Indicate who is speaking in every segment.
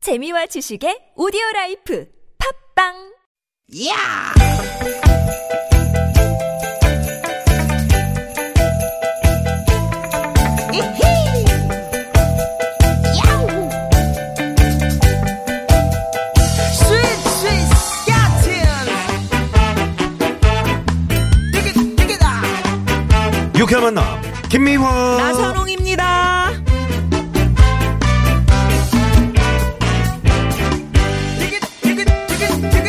Speaker 1: 재미와 지식의 오디오 라이프 팝빵!
Speaker 2: 야! 이히! 야우! 스윗 스윗 스캇틴! 띠깃 띠깃아!
Speaker 3: 유쾌한 만남 김미화
Speaker 2: 나선홍입니다. 띠깃 띠깃 띠깃 띠깃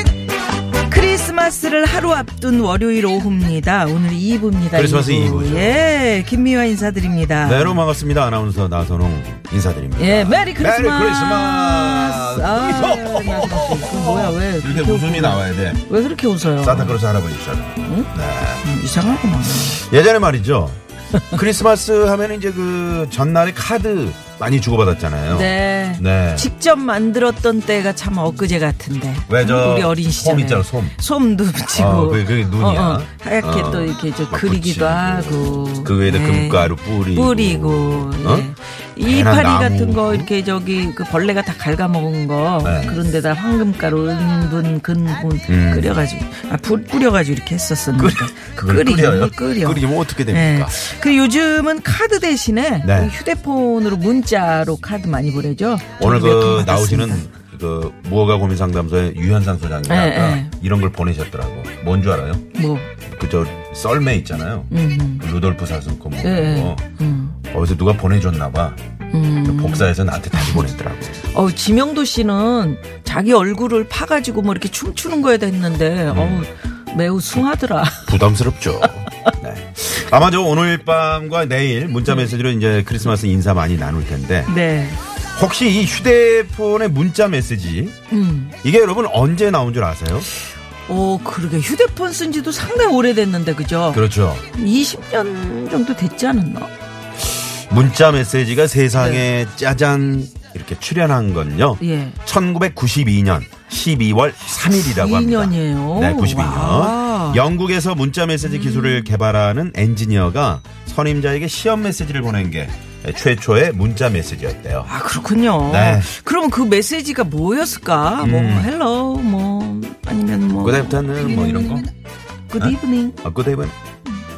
Speaker 4: 크리스마스를 하루 앞둔 월요일 오후입니다. 오늘 2부입니다.
Speaker 3: 크리스마스 2부 죠.
Speaker 4: 예, 김미화 인사드립니다.
Speaker 3: 네, 여러분 반갑습니다 아나운서 나선홍 인사드립니다
Speaker 4: 예, 메리 크리스마스.
Speaker 3: 메리 크리스마스.
Speaker 4: 아, 크리스마스. 그건 뭐야, 왜?
Speaker 3: 이렇게
Speaker 4: 그렇게
Speaker 3: 웃음이
Speaker 4: 웃-
Speaker 3: 나와야 돼
Speaker 4: 왜 그렇게 웃어요?
Speaker 3: 산타크로스 할아버지처럼
Speaker 4: 음, 이상하구만.
Speaker 3: 예전에 말이죠 크리스마스 하면 이제 그 전날에 카드 많이 주고받았잖아요
Speaker 4: 네.
Speaker 3: 네.
Speaker 4: 직접 만들었던 때가 참 엊그제 같은데.
Speaker 3: 왜 저
Speaker 4: 우리 어린 시절에.
Speaker 3: 솜 있잖아, 솜.
Speaker 4: 솜도 붙이고.
Speaker 3: 어, 그게- 그게 눈이야.
Speaker 4: 어, 어. 하얗게
Speaker 3: 어.
Speaker 4: 또 이렇게 저
Speaker 3: 막 붙이고.
Speaker 4: 그리기도 하고.
Speaker 3: 그 위에다
Speaker 4: 네.
Speaker 3: 금가루 뿌리고.
Speaker 4: 뿌리고. 예.
Speaker 3: 어?
Speaker 4: 이파리
Speaker 3: 나무.
Speaker 4: 같은 거 이렇게 저기 그 벌레가 다 갉아먹은 거
Speaker 3: 네.
Speaker 4: 그런 데다 황금가루 은분 근분
Speaker 3: 음.
Speaker 4: 끓여가지고 아 불 뿌려가지고 이렇게 했었었는데
Speaker 3: 그걸
Speaker 4: 끓이기,
Speaker 3: 끓여요?
Speaker 4: 끓여
Speaker 3: 끓이면 어떻게
Speaker 4: 네.
Speaker 3: 됩니까?
Speaker 4: 그 요즘은 카드 대신에
Speaker 3: 네.
Speaker 4: 그 휴대폰으로 문자로 카드 많이 보내죠.
Speaker 3: 오늘
Speaker 4: 저도 몇
Speaker 3: 그
Speaker 4: 통 받았습니다.
Speaker 3: 나오시는 그 무허가 고민 상담소의 유현상 소장님
Speaker 4: 네,
Speaker 3: 아까
Speaker 4: 네.
Speaker 3: 이런 걸 보내셨더라고 뭔 줄 알아요?
Speaker 4: 뭐
Speaker 3: 그 저 썰매 있잖아요.
Speaker 4: 음,
Speaker 3: 그 루돌프 사슴코 뭐
Speaker 4: 예,
Speaker 3: 그런 거.
Speaker 4: 음.
Speaker 3: 어디서 누가 보내줬나 봐. 복사해서 나한테 다시 보냈더라고.
Speaker 4: 어 지명도 씨는 자기 얼굴을 파가지고 뭐 이렇게 춤추는 거에 됐는데
Speaker 3: 음.
Speaker 4: 어우 매우 숭하더라.
Speaker 3: 부담스럽죠. 네. 아마 저 오늘 밤과 내일 문자 메시지로 이제 크리스마스 인사 많이 나눌 텐데
Speaker 4: 네.
Speaker 3: 혹시 이 휴대폰의 문자 메시지
Speaker 4: 음.
Speaker 3: 이게 여러분 언제 나온 줄 아세요?
Speaker 4: 오 그러게 휴대폰 쓴지도 상당히 오래됐는데 그죠?
Speaker 3: 그렇죠.
Speaker 4: 20년 정도 됐지 않았나?
Speaker 3: 문자 메시지가 세상에 짜잔 이렇게 출현한 건요.
Speaker 4: 네. 예.
Speaker 3: 1992년 12월 3일이라고 합니다.
Speaker 4: 92년이에요.
Speaker 3: 네, 92년.
Speaker 4: 와. 음.
Speaker 3: 영국에서 문자 메시지 기술을 개발하는 엔지니어가 선임자에게 시험 메시지를 보낸 게 최초의 문자 메시지였대요.
Speaker 4: 아 그렇군요.
Speaker 3: 네. 음.
Speaker 4: 그럼 그 메시지가 뭐였을까? 뭐 헬로 뭐 아니면 뭐
Speaker 3: 그다음부터는 뭐 이런 거?
Speaker 4: good evening
Speaker 3: 아, 그다음은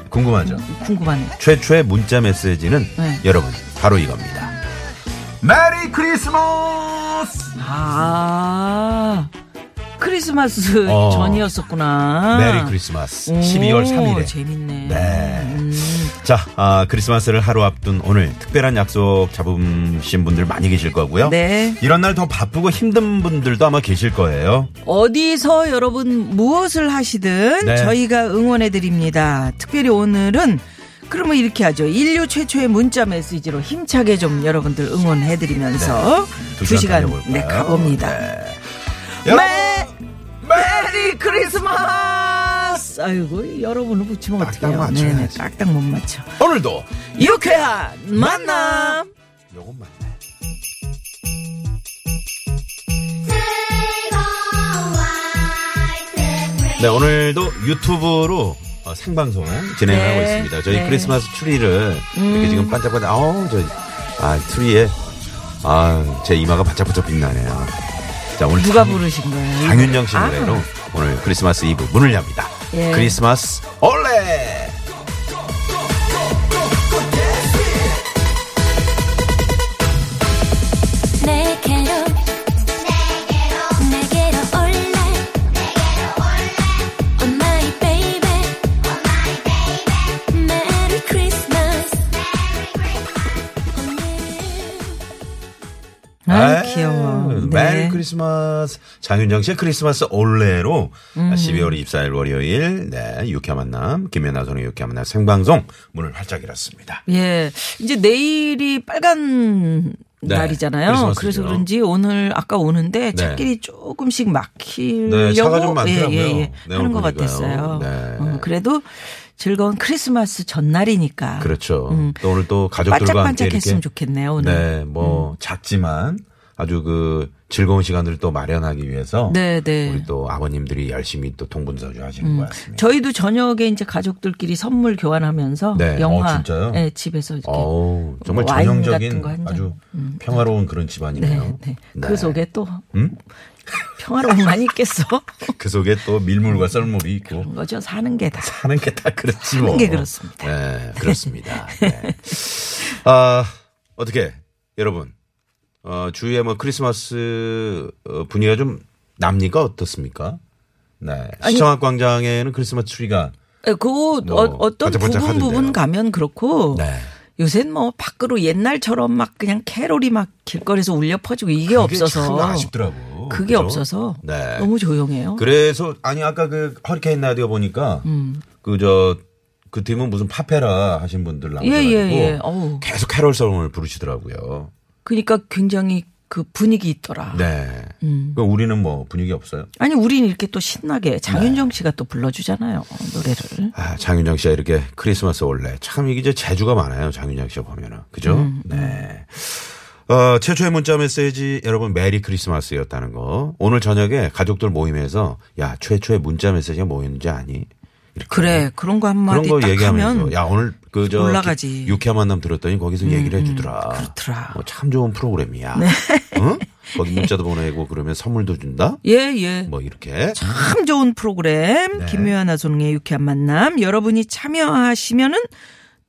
Speaker 3: 궁금하죠.
Speaker 4: 궁금하네.
Speaker 3: 최초의 문자 메시지는
Speaker 4: 네.
Speaker 3: 여러분 바로 이겁니다. 메리 크리스마스!
Speaker 4: 아 크리스마스
Speaker 3: 어.
Speaker 4: 전이었었구나.
Speaker 3: 메리 크리스마스.
Speaker 4: 아. 오,
Speaker 3: 12월 3일에
Speaker 4: 재밌네.
Speaker 3: 네.
Speaker 4: 음,
Speaker 3: 자, 아, 크리스마스를 하루 앞둔 오늘 특별한 약속 잡으신 분들 많이 계실 거고요.
Speaker 4: 네.
Speaker 3: 이런 날 더 바쁘고 힘든 분들도 아마 계실 거예요.
Speaker 4: 어디서 여러분 무엇을 하시든
Speaker 3: 네.
Speaker 4: 저희가 응원해 드립니다. 특별히 오늘은 그러면 이렇게 하죠. 인류 최초의 문자 메시지로 힘차게 좀 여러분들 응원해 드리면서
Speaker 3: 두
Speaker 4: 두
Speaker 3: 시간
Speaker 4: 시간
Speaker 3: 달려볼까요?
Speaker 4: 네 가봅니다. 메 메리 크리스마스. 아이고 여러분을 붙이면
Speaker 3: 딱딱
Speaker 4: 어떡해요.
Speaker 3: 맞춰야지.
Speaker 4: 네네, 딱딱 못 맞춰.
Speaker 3: 오늘도
Speaker 4: 유쾌한 만남.
Speaker 3: 요건 맞네. 네, 오늘도 유튜브로 어, 생방송을 진행하고
Speaker 4: 네.
Speaker 3: 있습니다. 저희
Speaker 4: 네. 음.
Speaker 3: 크리스마스 추리를 이렇게 지금 반짝반짝, 아우, 저, 아, 추리에, 아, 제 이마가 반짝반짝 빛나네요. 자, 오늘
Speaker 4: 누가
Speaker 3: 당-
Speaker 4: 부르신 거예요?
Speaker 3: 강윤정 씨
Speaker 4: 아.
Speaker 3: 노래로 오늘 크리스마스 이브 문을 엽니다.
Speaker 4: 예.
Speaker 3: 크리스마스 올레!
Speaker 5: 내게로 내게로 올래 Oh my baby Merry Christmas
Speaker 4: 아
Speaker 3: 에이,
Speaker 4: 귀여워.
Speaker 3: 네.
Speaker 4: 네.
Speaker 3: 메리 크리스마스. 장윤정 씨의 크리스마스 올레로
Speaker 4: 음.
Speaker 3: 12월 24일 월요일, 네, 유쾌 만남, 김연아 선의 유쾌 만남 생방송 문을 활짝 열었습니다.
Speaker 4: 예. 이제 내일이 빨간
Speaker 3: 네,
Speaker 4: 날이잖아요.
Speaker 3: 크리스마스죠.
Speaker 4: 그래서 그런지 오늘 아까 오는데
Speaker 3: 네.
Speaker 4: 차길이 조금씩 막히려고
Speaker 3: 네, 차가 좀 많더라고요.
Speaker 4: 예, 예, 예.
Speaker 3: 네, 오늘
Speaker 4: 하는 것
Speaker 3: 보니까요.
Speaker 4: 같았어요.
Speaker 3: 네.
Speaker 4: 어, 그래도 즐거운 크리스마스 전날이니까
Speaker 3: 그렇죠.
Speaker 4: 음.
Speaker 3: 또 오늘 또 가족들과 함께 이렇게
Speaker 4: 반짝반짝했으면 좋겠네요. 오늘.
Speaker 3: 네, 뭐 작지만 아주 그 즐거운 시간을 또 마련하기 위해서
Speaker 4: 네, 네.
Speaker 3: 우리 또 아버님들이 열심히 또 동분서주 하시는 것 같습니다.
Speaker 4: 저희도 저녁에 이제 가족들끼리 선물 교환하면서
Speaker 3: 네.
Speaker 4: 영화
Speaker 3: 어, 진짜요?
Speaker 4: 네, 집에서 이렇게
Speaker 3: 어우, 정말
Speaker 4: 와인
Speaker 3: 전형적인
Speaker 4: 같은 거한 잔. 음.
Speaker 3: 아주 평화로운 그런 집안이네요.
Speaker 4: 네, 네.
Speaker 3: 네. 음?
Speaker 4: 그 속에 또 평화로움만 있겠어.
Speaker 3: 그 속에 또 밀물과 썰물이 있고
Speaker 4: 그런 거죠. 사는 게 다.
Speaker 3: 하는 게 다 그렇지 뭐.
Speaker 4: 사는 게 그렇습니다.
Speaker 3: 네, 그렇습니다. 네. 아, 어떻게 여러분 어, 주위에 뭐 크리스마스 어, 분위기가 좀 납니까 어떻습니까? 네. 시청학 광장에는 크리스마스 추리가
Speaker 4: 에, 그
Speaker 3: 뭐,
Speaker 4: 어, 떤
Speaker 3: 번쩍번쩍
Speaker 4: 부분
Speaker 3: 하던데요.
Speaker 4: 부분 가면 그렇고
Speaker 3: 네.
Speaker 4: 요새는 뭐 밖으로 옛날처럼 막 그냥 캐롤이 막 길거리에서 울려 퍼지고 이게 없어서
Speaker 3: 참 아쉽더라고.
Speaker 4: 그게
Speaker 3: 그죠?
Speaker 4: 없어서
Speaker 3: 네.
Speaker 4: 너무 조용해요.
Speaker 3: 그래서 아니 아까 그 허리케인 라디오 보니까
Speaker 4: 음.
Speaker 3: 그 저 그 팀은 무슨 파페라 하신 분들 나오셔 가지고
Speaker 4: 예, 예, 예. 어우.
Speaker 3: 계속 캐롤송을 부르시더라고요.
Speaker 4: 그러니까 굉장히 그 분위기 있더라.
Speaker 3: 네. 그 우리는 뭐 분위기 없어요.
Speaker 4: 아니 우린 이렇게 또 신나게 장윤정 씨가 또 불러주잖아요 어, 노래를.
Speaker 3: 네. 아, 장윤정 씨가 이렇게 크리스마스 올래. 참 이게 이제 재주가 많아요. 장윤정 씨가 보면은. 그죠?
Speaker 4: 음,
Speaker 3: 네. 어, 최초의 문자 메시지 여러분 메리 크리스마스였다는 거. 오늘 저녁에 가족들 모임에서 야, 최초의 문자 메시지가 뭐였는지 아니? 이렇게
Speaker 4: 그래 그런 거 한마디
Speaker 3: 그런 거
Speaker 4: 딱
Speaker 3: 얘기하면서
Speaker 4: 하면
Speaker 3: 야 오늘 그저
Speaker 4: 올라가지. 음,
Speaker 3: 유쾌한 만남 들었더니 거기서 얘기를 해주더라.
Speaker 4: 그렇더라. 네.
Speaker 3: 어, 참 좋은 프로그램이야. 응? 거기 문자도 보내고 그러면 선물도 준다.
Speaker 4: 예 예.
Speaker 3: 뭐 네. 이렇게
Speaker 4: 참 좋은 프로그램 김효연 아소롱의 유쾌한 만남 여러분이 참여하시면은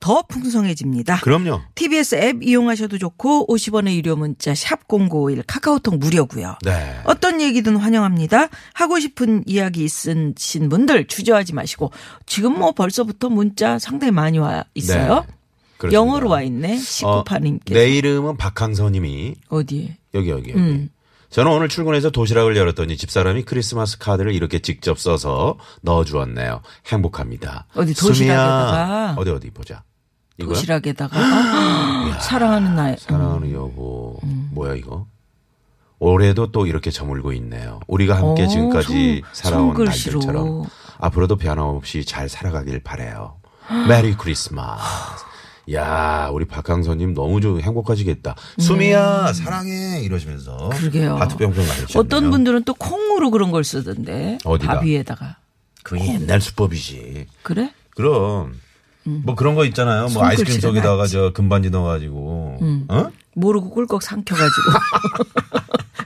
Speaker 4: 더 풍성해집니다.
Speaker 3: 그럼요.
Speaker 4: TBS 앱 이용하셔도 좋고 50원의 유료 문자 샵 #0951 카카오톡 무료고요.
Speaker 3: 네.
Speaker 4: 어떤 얘기든 환영합니다. 하고 싶은 이야기 있으신 분들 주저하지 마시고 지금 뭐 벌써부터 문자 상당히 많이 와 있어요.
Speaker 3: 네, 그렇습니다.
Speaker 4: 영어로 와 있네.
Speaker 3: 어,
Speaker 4: 19파님께
Speaker 3: 내 이름은 박항서님이
Speaker 4: 어디에?
Speaker 3: 여기 여기 여기.
Speaker 4: 음.
Speaker 3: 저는 오늘 출근해서 도시락을 열었더니 집사람이 크리스마스 카드를 이렇게 직접 써서 넣어주었네요. 행복합니다.
Speaker 4: 어디
Speaker 3: 수미야.
Speaker 4: 도시락에다가?
Speaker 3: 어디 어디 보자. 이거야?
Speaker 4: 도시락에다가 아, 사랑하는 나의
Speaker 3: 사랑하는 여보. 뭐야 이거? 올해도 또 이렇게 저물고 있네요. 우리가 함께
Speaker 4: 오,
Speaker 3: 지금까지
Speaker 4: 손-
Speaker 3: 살아온
Speaker 4: 손글씨로.
Speaker 3: 날들처럼 앞으로도 변함없이 잘 살아가길 바래요. 메리 크리스마스. 야, 우리 박항서님 너무 좀 행복하시겠다. 수미야 사랑해 이러시면서
Speaker 4: 네. 그러게요.
Speaker 3: 하트병좀 가르쳐.
Speaker 4: 어떤 분들은 또 콩으로 그런 걸 쓰던데.
Speaker 3: 어디다?
Speaker 4: 밥 위에다가.
Speaker 3: 그
Speaker 4: 네.
Speaker 3: 옛날 수법이지.
Speaker 4: 그래?
Speaker 3: 그럼
Speaker 4: 음.
Speaker 3: 뭐 그런 거 있잖아요. 뭐 아이스크림
Speaker 4: 손글씨를 음.
Speaker 3: 속에다가 저 금반지 넣어가지고, 어?
Speaker 4: 모르고 꿀꺽 삼켜가지고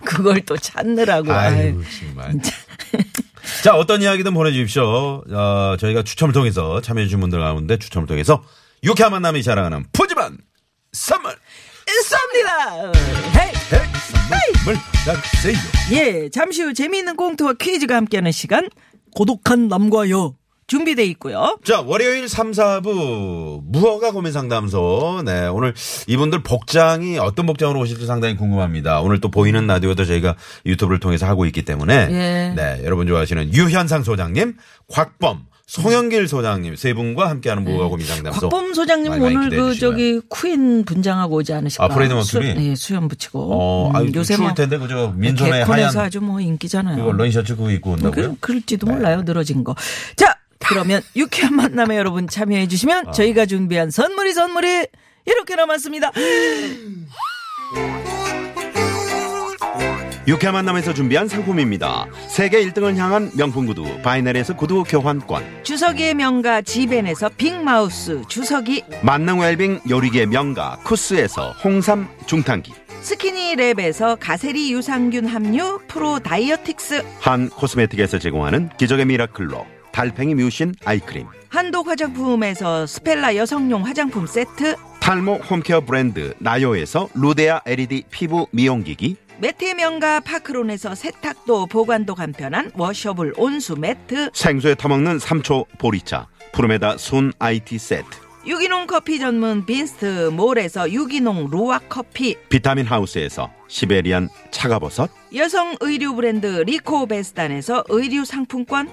Speaker 4: 그걸 또 찾느라고. 아유.
Speaker 3: 네, 아이고 정말. 자 어떤 이야기든 보내주십시오. 어, 저희가 추첨을 통해서 참여해주신 분들 가운데 추첨을 통해서 유쾌한 만남이 자랑하는 푸짐한 선물
Speaker 4: 있습니다. 헤이.
Speaker 3: 선물 받으세요.
Speaker 4: 예, 잠시 후 재미있는 꽁트와 퀴즈가 함께하는 시간 고독한 남과 여 준비돼 있고요.
Speaker 3: 자 월요일 3, 4부 무허가 고민 상담소. 네 오늘 이분들 복장이 어떤 복장으로 오실지 상당히 궁금합니다. 오늘 또 보이는 라디오도 저희가 유튜브를 통해서 하고 있기 때문에
Speaker 4: 예.
Speaker 3: 네 여러분 좋아하시는 유현상 소장님, 곽범 송영길 소장님 세 분과 함께하는 무허가 고민 상담소.
Speaker 4: 곽범 소장님
Speaker 3: 많이 많이
Speaker 4: 오늘
Speaker 3: 기대해
Speaker 4: 그
Speaker 3: 주시고요.
Speaker 4: 저기 퀸 분장하고 오지 않으실까?
Speaker 3: 아, 프레드 머큐리?
Speaker 4: 수, 예, 수염 붙이고.
Speaker 3: 어,
Speaker 4: 음,
Speaker 3: 아유, 추울 텐데 그저 민소매
Speaker 4: 개콘에서
Speaker 3: 하얀
Speaker 4: 아주 뭐 인기잖아요.
Speaker 3: 이거 러닝셔츠 그거 입고 온다고요? 네.
Speaker 4: 그, 그럴지도 몰라요. 늘어진 거. 자, 그러면 유쾌한 만남에 여러분 참여해
Speaker 3: 아.
Speaker 4: 주시면 저희가 준비한 선물이 선물이 이렇게 남았습니다.
Speaker 3: 육회 만남에서 준비한 상품입니다. 세계 1등을 향한 명품 구두 바이넬에서 구두 교환권,
Speaker 4: 주석이의 명가 지벤에서 빅마우스 주석이
Speaker 3: 만능 웰빙 요리계 명가 쿠스에서 홍삼 중탕기,
Speaker 4: 스키니랩에서 가세리 유산균 함유 프로 다이어틱스
Speaker 3: 한 코스메틱에서 제공하는 기적의 미라클로 달팽이 뮤신 아이크림,
Speaker 4: 한독 화장품에서 스펠라 여성용 화장품 세트
Speaker 3: 탈모 홈케어 브랜드 나요에서 루데아 LED 피부 미용기기,
Speaker 4: 매트의 명가 파크론에서 세탁도 보관도 간편한 워셔블 온수 매트
Speaker 3: 생수에 타먹는 삼초 보리차, 푸르메다 순 IT 세트,
Speaker 4: 유기농 커피 전문 빈스트 몰에서 유기농 루아 커피
Speaker 3: 비타민 하우스에서 시베리안 차가버섯,
Speaker 4: 여성 의류 브랜드 리코베스단에서 의류 상품권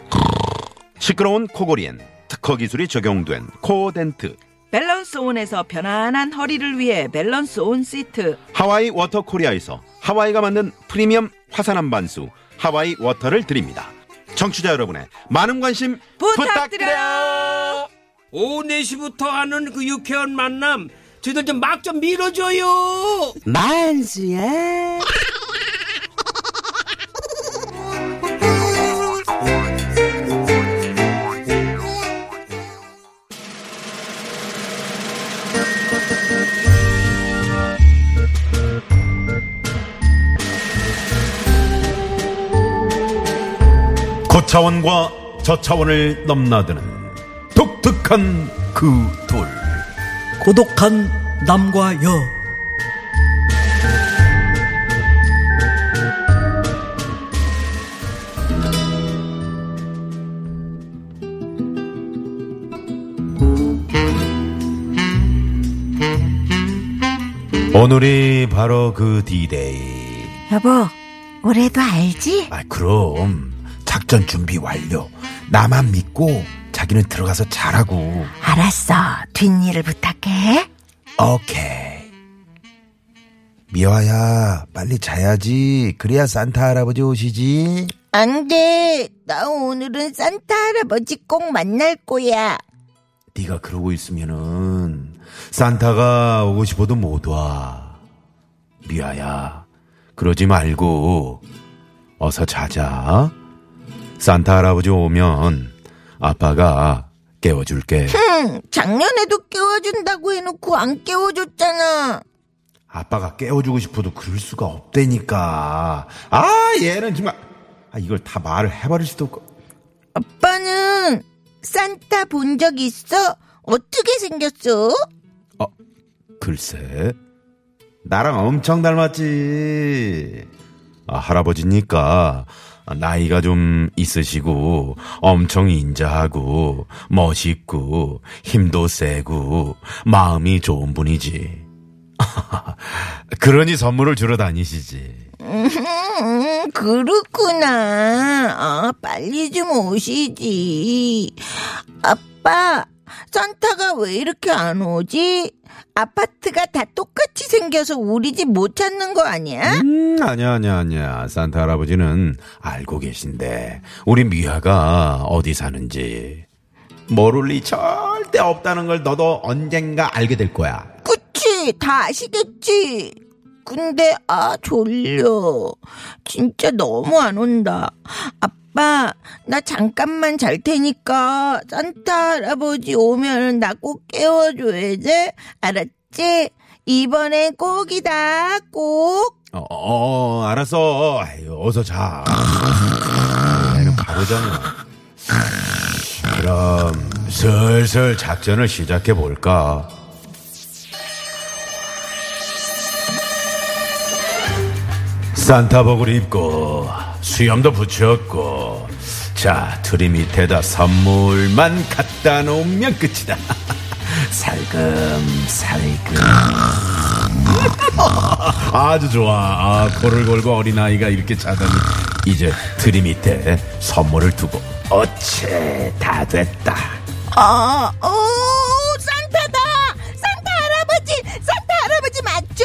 Speaker 3: 시끄러운 코골이엔 특허 기술이 적용된 코어덴트
Speaker 4: 밸런스 온에서 편안한 허리를 위해 밸런스 온 시트
Speaker 3: 하와이 워터 코리아에서 하와이가 만든 프리미엄 화산 한반수 하와이 워터를 드립니다. 청취자 여러분의 많은 관심
Speaker 4: 부탁드려요.
Speaker 6: 오후 4시부터 하는 그 유쾌한 만남 저희들 좀 막 좀 밀어줘요
Speaker 7: 만수야
Speaker 3: 고차원과 저차원을 넘나드는 독특한 그 둘.
Speaker 7: 고독한 남과 여
Speaker 3: 오늘이 바로 그 D-Day.
Speaker 8: 여보, 올해도 알지?
Speaker 3: 아, 그럼 작전 준비 완료. 나만 믿고 자기는 들어가서 잘하고.
Speaker 8: 알았어. 뒷일을 부탁해.
Speaker 3: 오케이. 미화야, 빨리 자야지. 그래야 산타 할아버지 오시지.
Speaker 8: 안 돼. 나 오늘은 산타 할아버지 꼭 만날 거야.
Speaker 3: 네가 그러고 있으면은 산타가 오고 싶어도 못 와. 미아야, 그러지 말고 어서 자자. 산타 할아버지 오면 아빠가 깨워줄게.
Speaker 8: 응, 작년에도 깨워준다고 해놓고 안 깨워줬잖아.
Speaker 3: 아빠가 깨워주고 싶어도 그럴 수가 없다니까. 아, 얘는 정말 아, 이걸 다 말을 해버릴 수도 없고.
Speaker 8: 아빠는 산타 본 적 있어? 어떻게 생겼어?
Speaker 3: 글쎄, 나랑 엄청 닮았지. 아, 할아버지니까 나이가 좀 있으시고 엄청 인자하고 멋있고 힘도 세고 마음이 좋은 분이지. 그러니 선물을 주러 다니시지.
Speaker 8: 음, 그렇구나. 아, 빨리 좀 오시지. 아빠, 산타가 왜 이렇게 안 오지? 아파트가 다 똑같이 생겨서 우리 집 못 찾는 거 아니야?
Speaker 3: 음, 아니야, 아니야, 아니야. 산타 할아버지는 알고 계신데, 우리 미아가 어디 사는지, 모를 리 절대 없다는 걸 너도 언젠가 알게 될 거야.
Speaker 8: 그치, 다 아시겠지. 근데, 아, 졸려. 진짜 너무 안 온다. 아빠, 나 잠깐만 잘 테니까, 산타 할아버지 오면 나 꼭 깨워줘야지. 알았지? 이번엔 꼭이다, 꼭.
Speaker 3: 어, 어, 어, 알았어. 아유, 어서 자. 얘는 바로잖아. 그럼 슬슬 작전을 시작해 볼까. 산타복을 입고 수염도 붙였고 자 트리 밑에다 선물만 갖다 놓으면 끝이다. 살금 살금. 아주 좋아. 아, 코를 골고 어린아이가 이렇게 자다니. 이제 트리 밑에 선물을 두고. 어째, 다 됐다.
Speaker 8: 아, 오, 산타다! 산타 할아버지! 산타 할아버지 맞죠?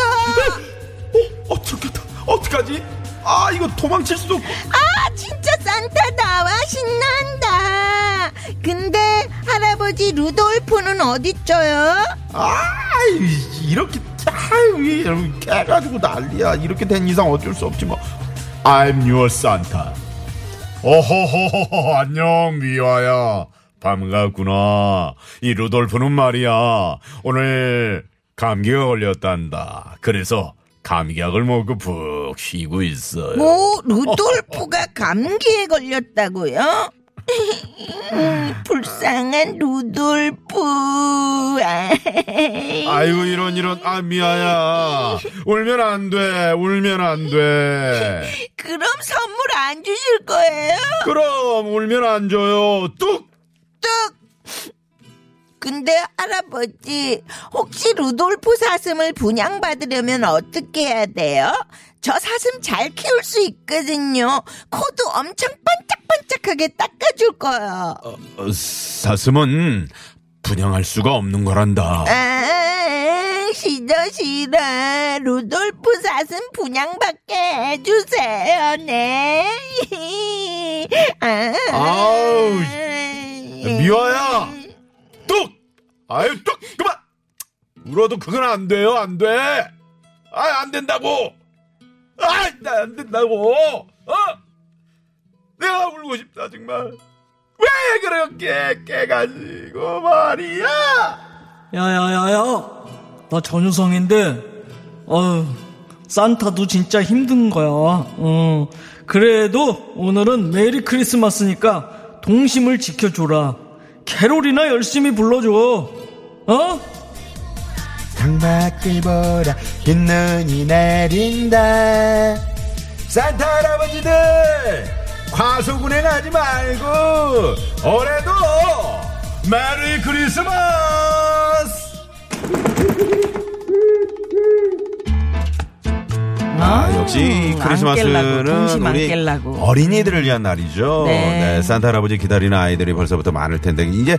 Speaker 3: 어, 어떻겠다. 어떡하지? 아, 이거 도망칠 수도 없고.
Speaker 8: 아, 진짜 산타다! 와, 신난다! 근데, 할아버지 루돌프는 어딨죠요?
Speaker 3: 아, 이- 이렇게, 아유, 이렇게 깨가지고 난리야. 이렇게 된 이상 어쩔 수 없지 뭐. I'm your Santa. 어허허허 안녕 미화야 반갑구나 이 루돌프는 말이야 오늘 감기가 걸렸단다 그래서 감기약을 먹고 푹 쉬고 있어요
Speaker 8: 뭐 루돌프가 감기에 걸렸다고요? 불쌍한 루돌프.
Speaker 3: 아이고 이런 이런 아 미아야 울면 안 돼 울면 안 돼
Speaker 8: 그럼 선물 안 주실 거예요?
Speaker 3: 그럼 울면 안 줘요 뚝
Speaker 8: 뚝. 근데 할아버지, 혹시 루돌프 사슴을 분양받으려면 어떻게 해야 돼요? 저 사슴 잘 키울 수 있거든요. 코도 엄청 반짝반짝하게 닦아줄 거예요.
Speaker 3: 어, 사슴은 분양할 수가 없는 거란다
Speaker 8: 아, 싫어 싫어 루돌프 사슴 분양받게 해주세요 네 아.
Speaker 3: 아우, 미화야! 뚝! 아유, 뚝! 그만! 울어도 그건 안 돼요, 안 돼! 아, 안 된다고! 아, 나 안 된다고! 어? 내가 울고 싶다, 정말. 왜 그렇게 깨가지고 말이야!
Speaker 7: 야야야야 나 전유성인데 어휴 산타도 진짜 힘든 거야. 어, 그래도 오늘은 메리 크리스마스니까 동심을 지켜줘라. 캐롤이나 열심히 불러줘. 어?
Speaker 9: 창밖을 보라 흰 눈이 내린다 산타 할아버지들 과소군행 하지 말고 올해도 메리 크리스마스
Speaker 3: 아, 역시 이
Speaker 4: 음, 안 깰라고,
Speaker 3: 크리스마스는
Speaker 4: 동심 안
Speaker 3: 우리
Speaker 4: 깰라고.
Speaker 3: 어린이들을 위한 날이죠.
Speaker 4: 네.
Speaker 3: 네, 산타 할아버지 기다리는 아이들이 벌써부터 많을 텐데 이제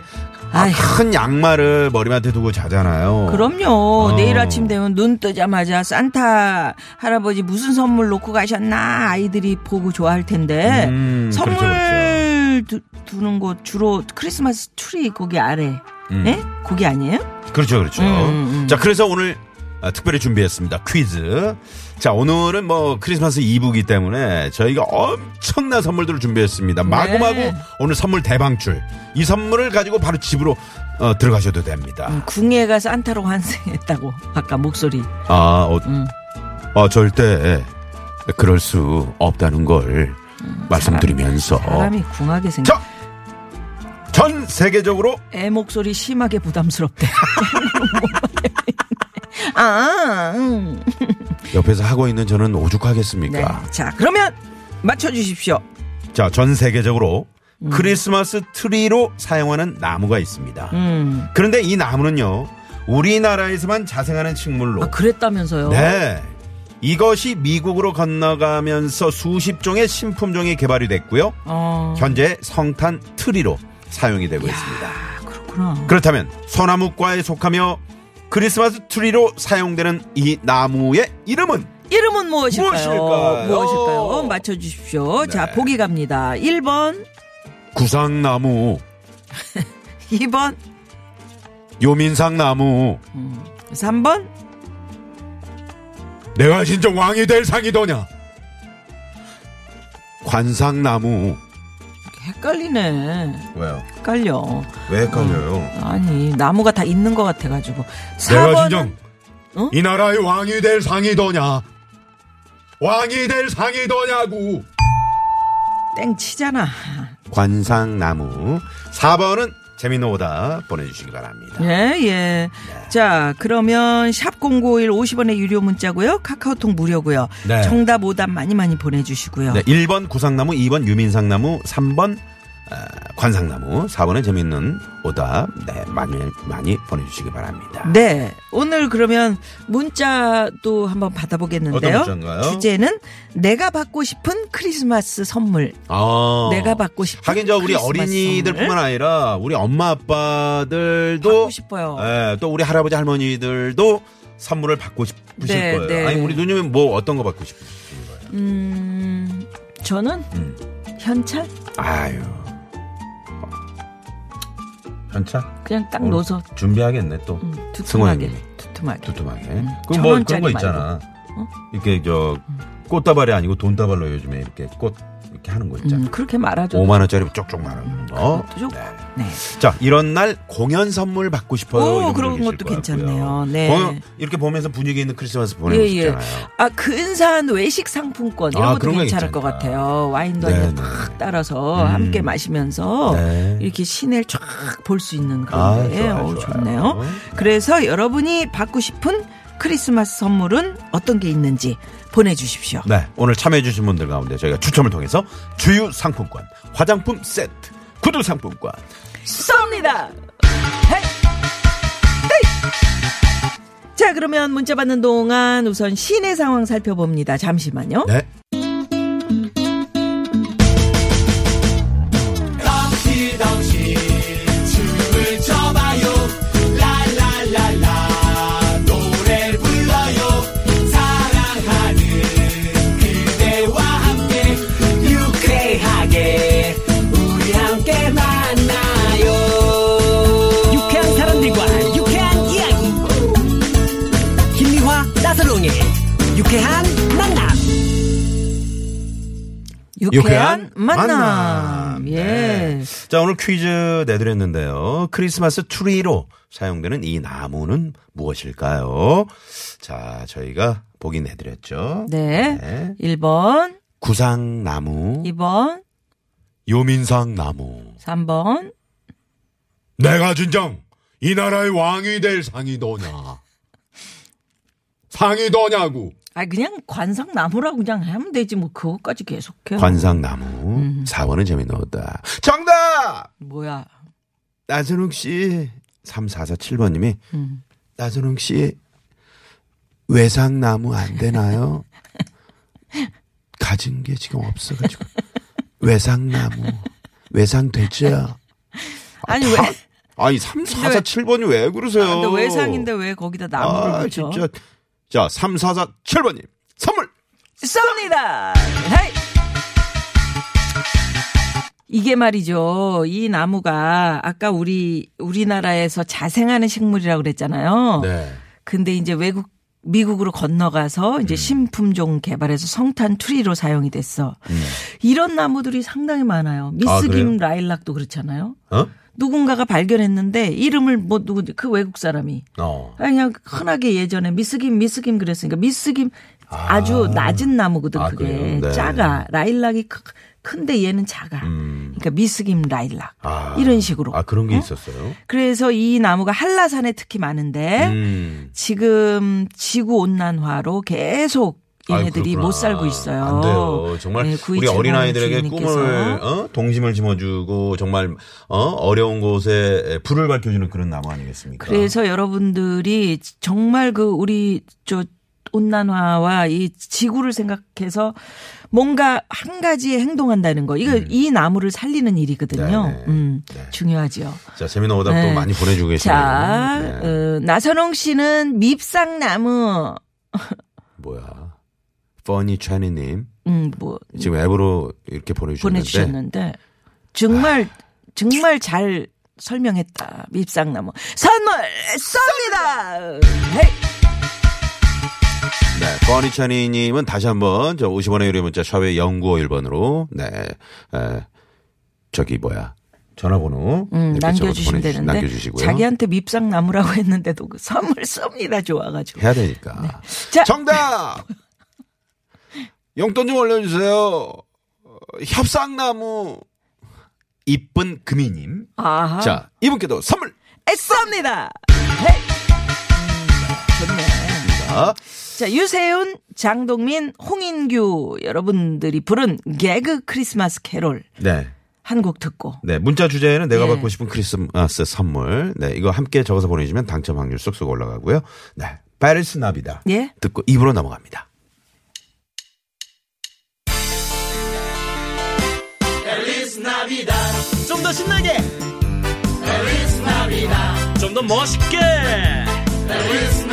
Speaker 3: 아,
Speaker 4: 아휴.
Speaker 3: 큰 양말을 머리맡에 두고 자잖아요.
Speaker 4: 그럼요.
Speaker 3: 어.
Speaker 4: 내일 아침 되면 눈 뜨자마자 산타 할아버지 무슨 선물 놓고 가셨나 아이들이 보고 좋아할 텐데
Speaker 3: 음,
Speaker 4: 선물
Speaker 3: 그렇죠,
Speaker 4: 두- 두는 곳 주로 크리스마스 트리 거기 아래.
Speaker 3: 음.
Speaker 4: 예? 거기 아니에요?
Speaker 3: 그렇죠, 그렇죠.
Speaker 4: 음,
Speaker 3: 자, 그래서 오늘 아, 특별히 준비했습니다. 퀴즈. 자, 오늘은 뭐 크리스마스 이브기 때문에 저희가 엄청난 선물들을 준비했습니다.
Speaker 4: 네.
Speaker 3: 마구마구 오늘 선물 대방출. 이 선물을 가지고 바로 집으로 어, 들어가셔도 됩니다.
Speaker 4: 음. 궁예가 산타로 환생했다고 아까 목소리.
Speaker 3: 아, 어,
Speaker 4: 음.
Speaker 3: 아, 절대 그럴 수 없다는 걸 말씀드리면서.
Speaker 4: 음. 사람이 궁하게 생겨.
Speaker 3: 자! 전 세계적으로
Speaker 4: 애 목소리 심하게 부담스럽대.
Speaker 8: 아, 음.
Speaker 3: 옆에서 하고 있는 저는 오죽하겠습니까?
Speaker 4: 네. 자, 그러면 맞춰 주십시오.
Speaker 3: 자, 전 세계적으로 크리스마스 트리로 사용하는 나무가 있습니다. 그런데 이 나무는요, 우리나라에서만 자생하는 식물로.
Speaker 4: 아, 그랬다면서요.
Speaker 3: 네. 이것이 미국으로 건너가면서 수십 종의 신품종이 개발이 됐고요.
Speaker 4: 어,
Speaker 3: 현재 성탄 트리로 사용이 되고 있습니다.
Speaker 4: 아, 그렇구나.
Speaker 3: 그렇다면 소나무과에 속하며 크리스마스 트리로 사용되는 이 나무의 이름은
Speaker 4: 이름은 무엇일까요?
Speaker 3: 무엇일까요?
Speaker 4: 무엇일까요? 맞춰 주십시오. 자, 보기 갑니다. 1번,
Speaker 3: 구상나무,
Speaker 4: 2번,
Speaker 3: 요민상나무.
Speaker 4: 3번.
Speaker 3: 내가 진짜 왕이 될 상이더냐? 관상나무.
Speaker 4: 헷갈리네.
Speaker 3: 왜요?
Speaker 4: 헷갈려.
Speaker 3: 왜 헷갈려요?
Speaker 4: 아니, 나무가 다 있는 것 같아 가지고. 4번.
Speaker 9: 음. 내가 진정
Speaker 4: 어?
Speaker 9: 이 나라의 왕이 될 상이더냐 왕이 될 상이더냐고
Speaker 4: 땡 치잖아.
Speaker 3: 관상나무. 4번은 재미있는 오다 보내주시기 바랍니다.
Speaker 4: 예, 예. 자, 그러면 샵0951 50원의 유료 문자고요. 카카오톡 무료고요.
Speaker 3: 네.
Speaker 4: 정답 오답 많이 많이 보내 주시고요.
Speaker 3: 네, 1번 구상나무, 2번 유민상나무, 3번 아, 관상나무, 4번은 재미있는 오답 네, 많이 많이 보내주시기 바랍니다.
Speaker 4: 네. 오늘 그러면 문자도 한번 받아보겠는데요.
Speaker 3: 어떤 문자인가요?
Speaker 4: 주제는 내가 받고 싶은 크리스마스 선물.
Speaker 3: 아.
Speaker 4: 내가 받고 싶은
Speaker 3: 하긴 저 우리
Speaker 4: 크리스마스
Speaker 3: 어린이들뿐만
Speaker 4: 선물.
Speaker 3: 아니라 우리 엄마 아빠들도
Speaker 4: 받고 싶어요.
Speaker 3: 예, 또 우리 할아버지 할머니들도 선물을 받고 싶으실
Speaker 4: 네,
Speaker 3: 거예요.
Speaker 4: 네.
Speaker 3: 아니 우리 누님은 뭐 어떤 거 받고 싶으신 거예요?
Speaker 4: 음, 저는 현찰
Speaker 3: 아유. 현차
Speaker 4: 그냥 딱
Speaker 3: 오늘
Speaker 4: 넣어서
Speaker 3: 준비하겠네 또
Speaker 4: 음,
Speaker 3: 음. 승호형님.
Speaker 4: 두툼하게 두툼하게.
Speaker 3: 두툼하게.
Speaker 4: 천
Speaker 3: 그럼 뭐 그런
Speaker 4: 원짜리 어?
Speaker 3: 거 있잖아. 이렇게 저 꽃다발이 아니고 돈다발로 요즘에 이렇게 꽃 이렇게 하는 거 있잖아.
Speaker 4: 음, 그렇게 말아줘.
Speaker 3: 5만 원짜리 쪽쪽 말하는 거.
Speaker 4: 그것도 좋고.
Speaker 3: 네.
Speaker 4: 네.
Speaker 3: 자, 이런 날 공연 선물 받고 싶어요.
Speaker 4: 오,
Speaker 3: 이런 분들
Speaker 4: 그런
Speaker 3: 계실
Speaker 4: 것도
Speaker 3: 것 같고요.
Speaker 4: 괜찮네요. 네.
Speaker 3: 공연 이렇게 보면서 분위기 있는 크리스마스 보내고
Speaker 4: 예, 예.
Speaker 3: 싶잖아요.
Speaker 4: 아, 근사한 외식 상품권 이런
Speaker 3: 아,
Speaker 4: 것도
Speaker 3: 그런 거
Speaker 4: 괜찮을 것
Speaker 3: 괜찮다.
Speaker 4: 같아요. 와인도
Speaker 3: 네,
Speaker 4: 한잔
Speaker 3: 네.
Speaker 4: 탁 따라서 함께 마시면서
Speaker 3: 네.
Speaker 4: 이렇게 시내를 쫙 볼 수 있는
Speaker 3: 아,
Speaker 4: 그런 데.
Speaker 3: 좋아요,
Speaker 4: 어우,
Speaker 3: 좋아요.
Speaker 4: 좋네요. 그래서 여러분이 받고 싶은 크리스마스 선물은 어떤 게 있는지 보내주십시오.
Speaker 3: 네, 오늘 참여해주신 분들 가운데 저희가 추첨을 통해서 주유 상품권, 화장품 세트, 구두 상품권.
Speaker 4: 쏩니다. 헤이! 헤이! 자, 그러면 문자 받는 동안 우선 시내 상황 살펴봅니다. 잠시만요.
Speaker 3: 네.
Speaker 6: 유쾌한 사람들과 유쾌한 이야기 김미화 나서롱의 유쾌한 만남
Speaker 4: 유쾌한 만남.
Speaker 3: 네.
Speaker 4: 예.
Speaker 3: 자, 오늘 퀴즈 내드렸는데요. 크리스마스 트리로 사용되는 이 나무는 무엇일까요? 자, 저희가 보기 내드렸죠.
Speaker 4: 네. 1번,
Speaker 3: 구상나무,
Speaker 4: 예. 2번,
Speaker 3: 요민상나무.
Speaker 4: 3번.
Speaker 9: 내가 진정 이 나라의 왕이 될 상이도냐? 상이도냐고.
Speaker 4: 아, 그냥 관상나무라고 그냥 하면 되지. 뭐, 그거까지 계속해. 음.
Speaker 3: 관상나무. 사 4번은 재미넣었다. 정답!
Speaker 4: 뭐야.
Speaker 3: 나선홍 씨. 3447번님이
Speaker 4: 음.
Speaker 3: 나선홍 씨 외상나무 안 되나요? 가진 게 지금 없어가지고 외상나무 외상 되죠?
Speaker 4: 아니, 왜,
Speaker 3: 다- 아니 3447번이 왜 그러세요?
Speaker 4: 아, 근데 외상인데 왜 거기다 나무를
Speaker 3: 아,
Speaker 4: 붙여?
Speaker 3: 진짜. 자 3447번님 선물
Speaker 4: 쏩니다! 헤이! 이게 말이죠. 이 나무가 아까 우리, 우리나라에서 자생하는 식물이라고 그랬잖아요.
Speaker 3: 네.
Speaker 4: 근데 이제 외국 미국으로 건너가서
Speaker 3: 음.
Speaker 4: 이제 신품종 개발해서 성탄 트리로 사용이 됐어. 이런 나무들이 상당히 많아요.
Speaker 3: 음. 아,
Speaker 4: 미스
Speaker 3: 그래요?
Speaker 4: 김 라일락도 그렇잖아요.
Speaker 3: 어?
Speaker 4: 누군가가 발견했는데 이름을 뭐 누구 그 외국 사람이
Speaker 3: 어.
Speaker 4: 아니, 그냥 흔하게 예전에 미스김 미스김 그랬으니까 미스김 아주 낮은 나무거든
Speaker 3: 아,
Speaker 4: 그게
Speaker 3: 그래요? 네.
Speaker 4: 작아 라일락이 크- 큰데 얘는 작아. 그러니까 미스김 라일락
Speaker 3: 음. 아.
Speaker 4: 이런 식으로.
Speaker 3: 아 그런 게
Speaker 4: 어?
Speaker 3: 있었어요.
Speaker 4: 그래서 이 나무가 한라산에 특히 많은데
Speaker 3: 음.
Speaker 4: 지금 지구 온난화로 계속
Speaker 3: 아유,
Speaker 4: 얘네들이
Speaker 3: 그렇구나.
Speaker 4: 못 살고 있어요.
Speaker 3: 안 돼요. 정말
Speaker 4: 네,
Speaker 3: 우리
Speaker 4: 9270
Speaker 3: 어린 아이들에게
Speaker 4: 주인님께서.
Speaker 3: 꿈을 어? 동심을 심어주고 정말 어? 어려운 곳에 불을 밝혀주는 그런 나무 아니겠습니까?
Speaker 4: 그래서 여러분들이 정말 그 우리 저 온난화와 이 지구를 생각해서 뭔가 한 가지에 행동한다는 거. 이거 이 나무를 살리는
Speaker 3: 음.
Speaker 4: 일이거든요.
Speaker 3: 네네.
Speaker 4: 음.
Speaker 3: 네.
Speaker 4: 중요하죠.
Speaker 3: 자 재미난 오답도
Speaker 4: 네.
Speaker 3: 많이 보내주고 계시네요.
Speaker 4: 자,
Speaker 3: 네.
Speaker 4: 어, 나선홍 씨는 밉상나무.
Speaker 3: 뭐야? 퍼니 차니님
Speaker 4: 음, 뭐
Speaker 3: 지금 앱으로 이렇게 보내주셨는데
Speaker 4: 보내주셨는데 정말 정말 잘 설명했다. 밉상나무 선물 쏩니다. 헤이.
Speaker 3: 네, 버니 차니님은 다시 한번 저 50원의 유료 문자 샵의 0951번으로 네, 에, 저기 뭐야 전화번호
Speaker 4: 음,
Speaker 3: 이렇게 적어서
Speaker 4: 남겨주시면
Speaker 3: 보내주-
Speaker 4: 되는데
Speaker 3: 남겨주시고요.
Speaker 4: 자기한테 밉상나무라고 했는데도 그 선물 쏩니다 좋아가지고
Speaker 3: 해야 되니까.
Speaker 4: 네. 자.
Speaker 3: 정답! 용돈 좀 올려주세요. 어, 협상나무. 이쁜 금이님.
Speaker 4: 아하
Speaker 3: 자, 이분께도 선물!
Speaker 4: 에, 쏩니다. 헤이. 음, 좋네.
Speaker 3: 자,
Speaker 4: 자, 유세윤, 장동민, 홍인규 여러분들이 부른 개그 크리스마스 캐롤
Speaker 3: 네.
Speaker 4: 한 곡 듣고
Speaker 3: 네. 문자 주제에는 내가
Speaker 4: 네.
Speaker 3: 받고 싶은 크리스마스 선물. 네. 이거 함께 적어서 보내주시면 당첨 확률 쏙쏙 올라가고요. 네. 파리스 나비다.
Speaker 4: 예.
Speaker 3: 듣고 입으로 넘어갑니다.
Speaker 6: 좀 더 신나게. 좀 더 멋있게.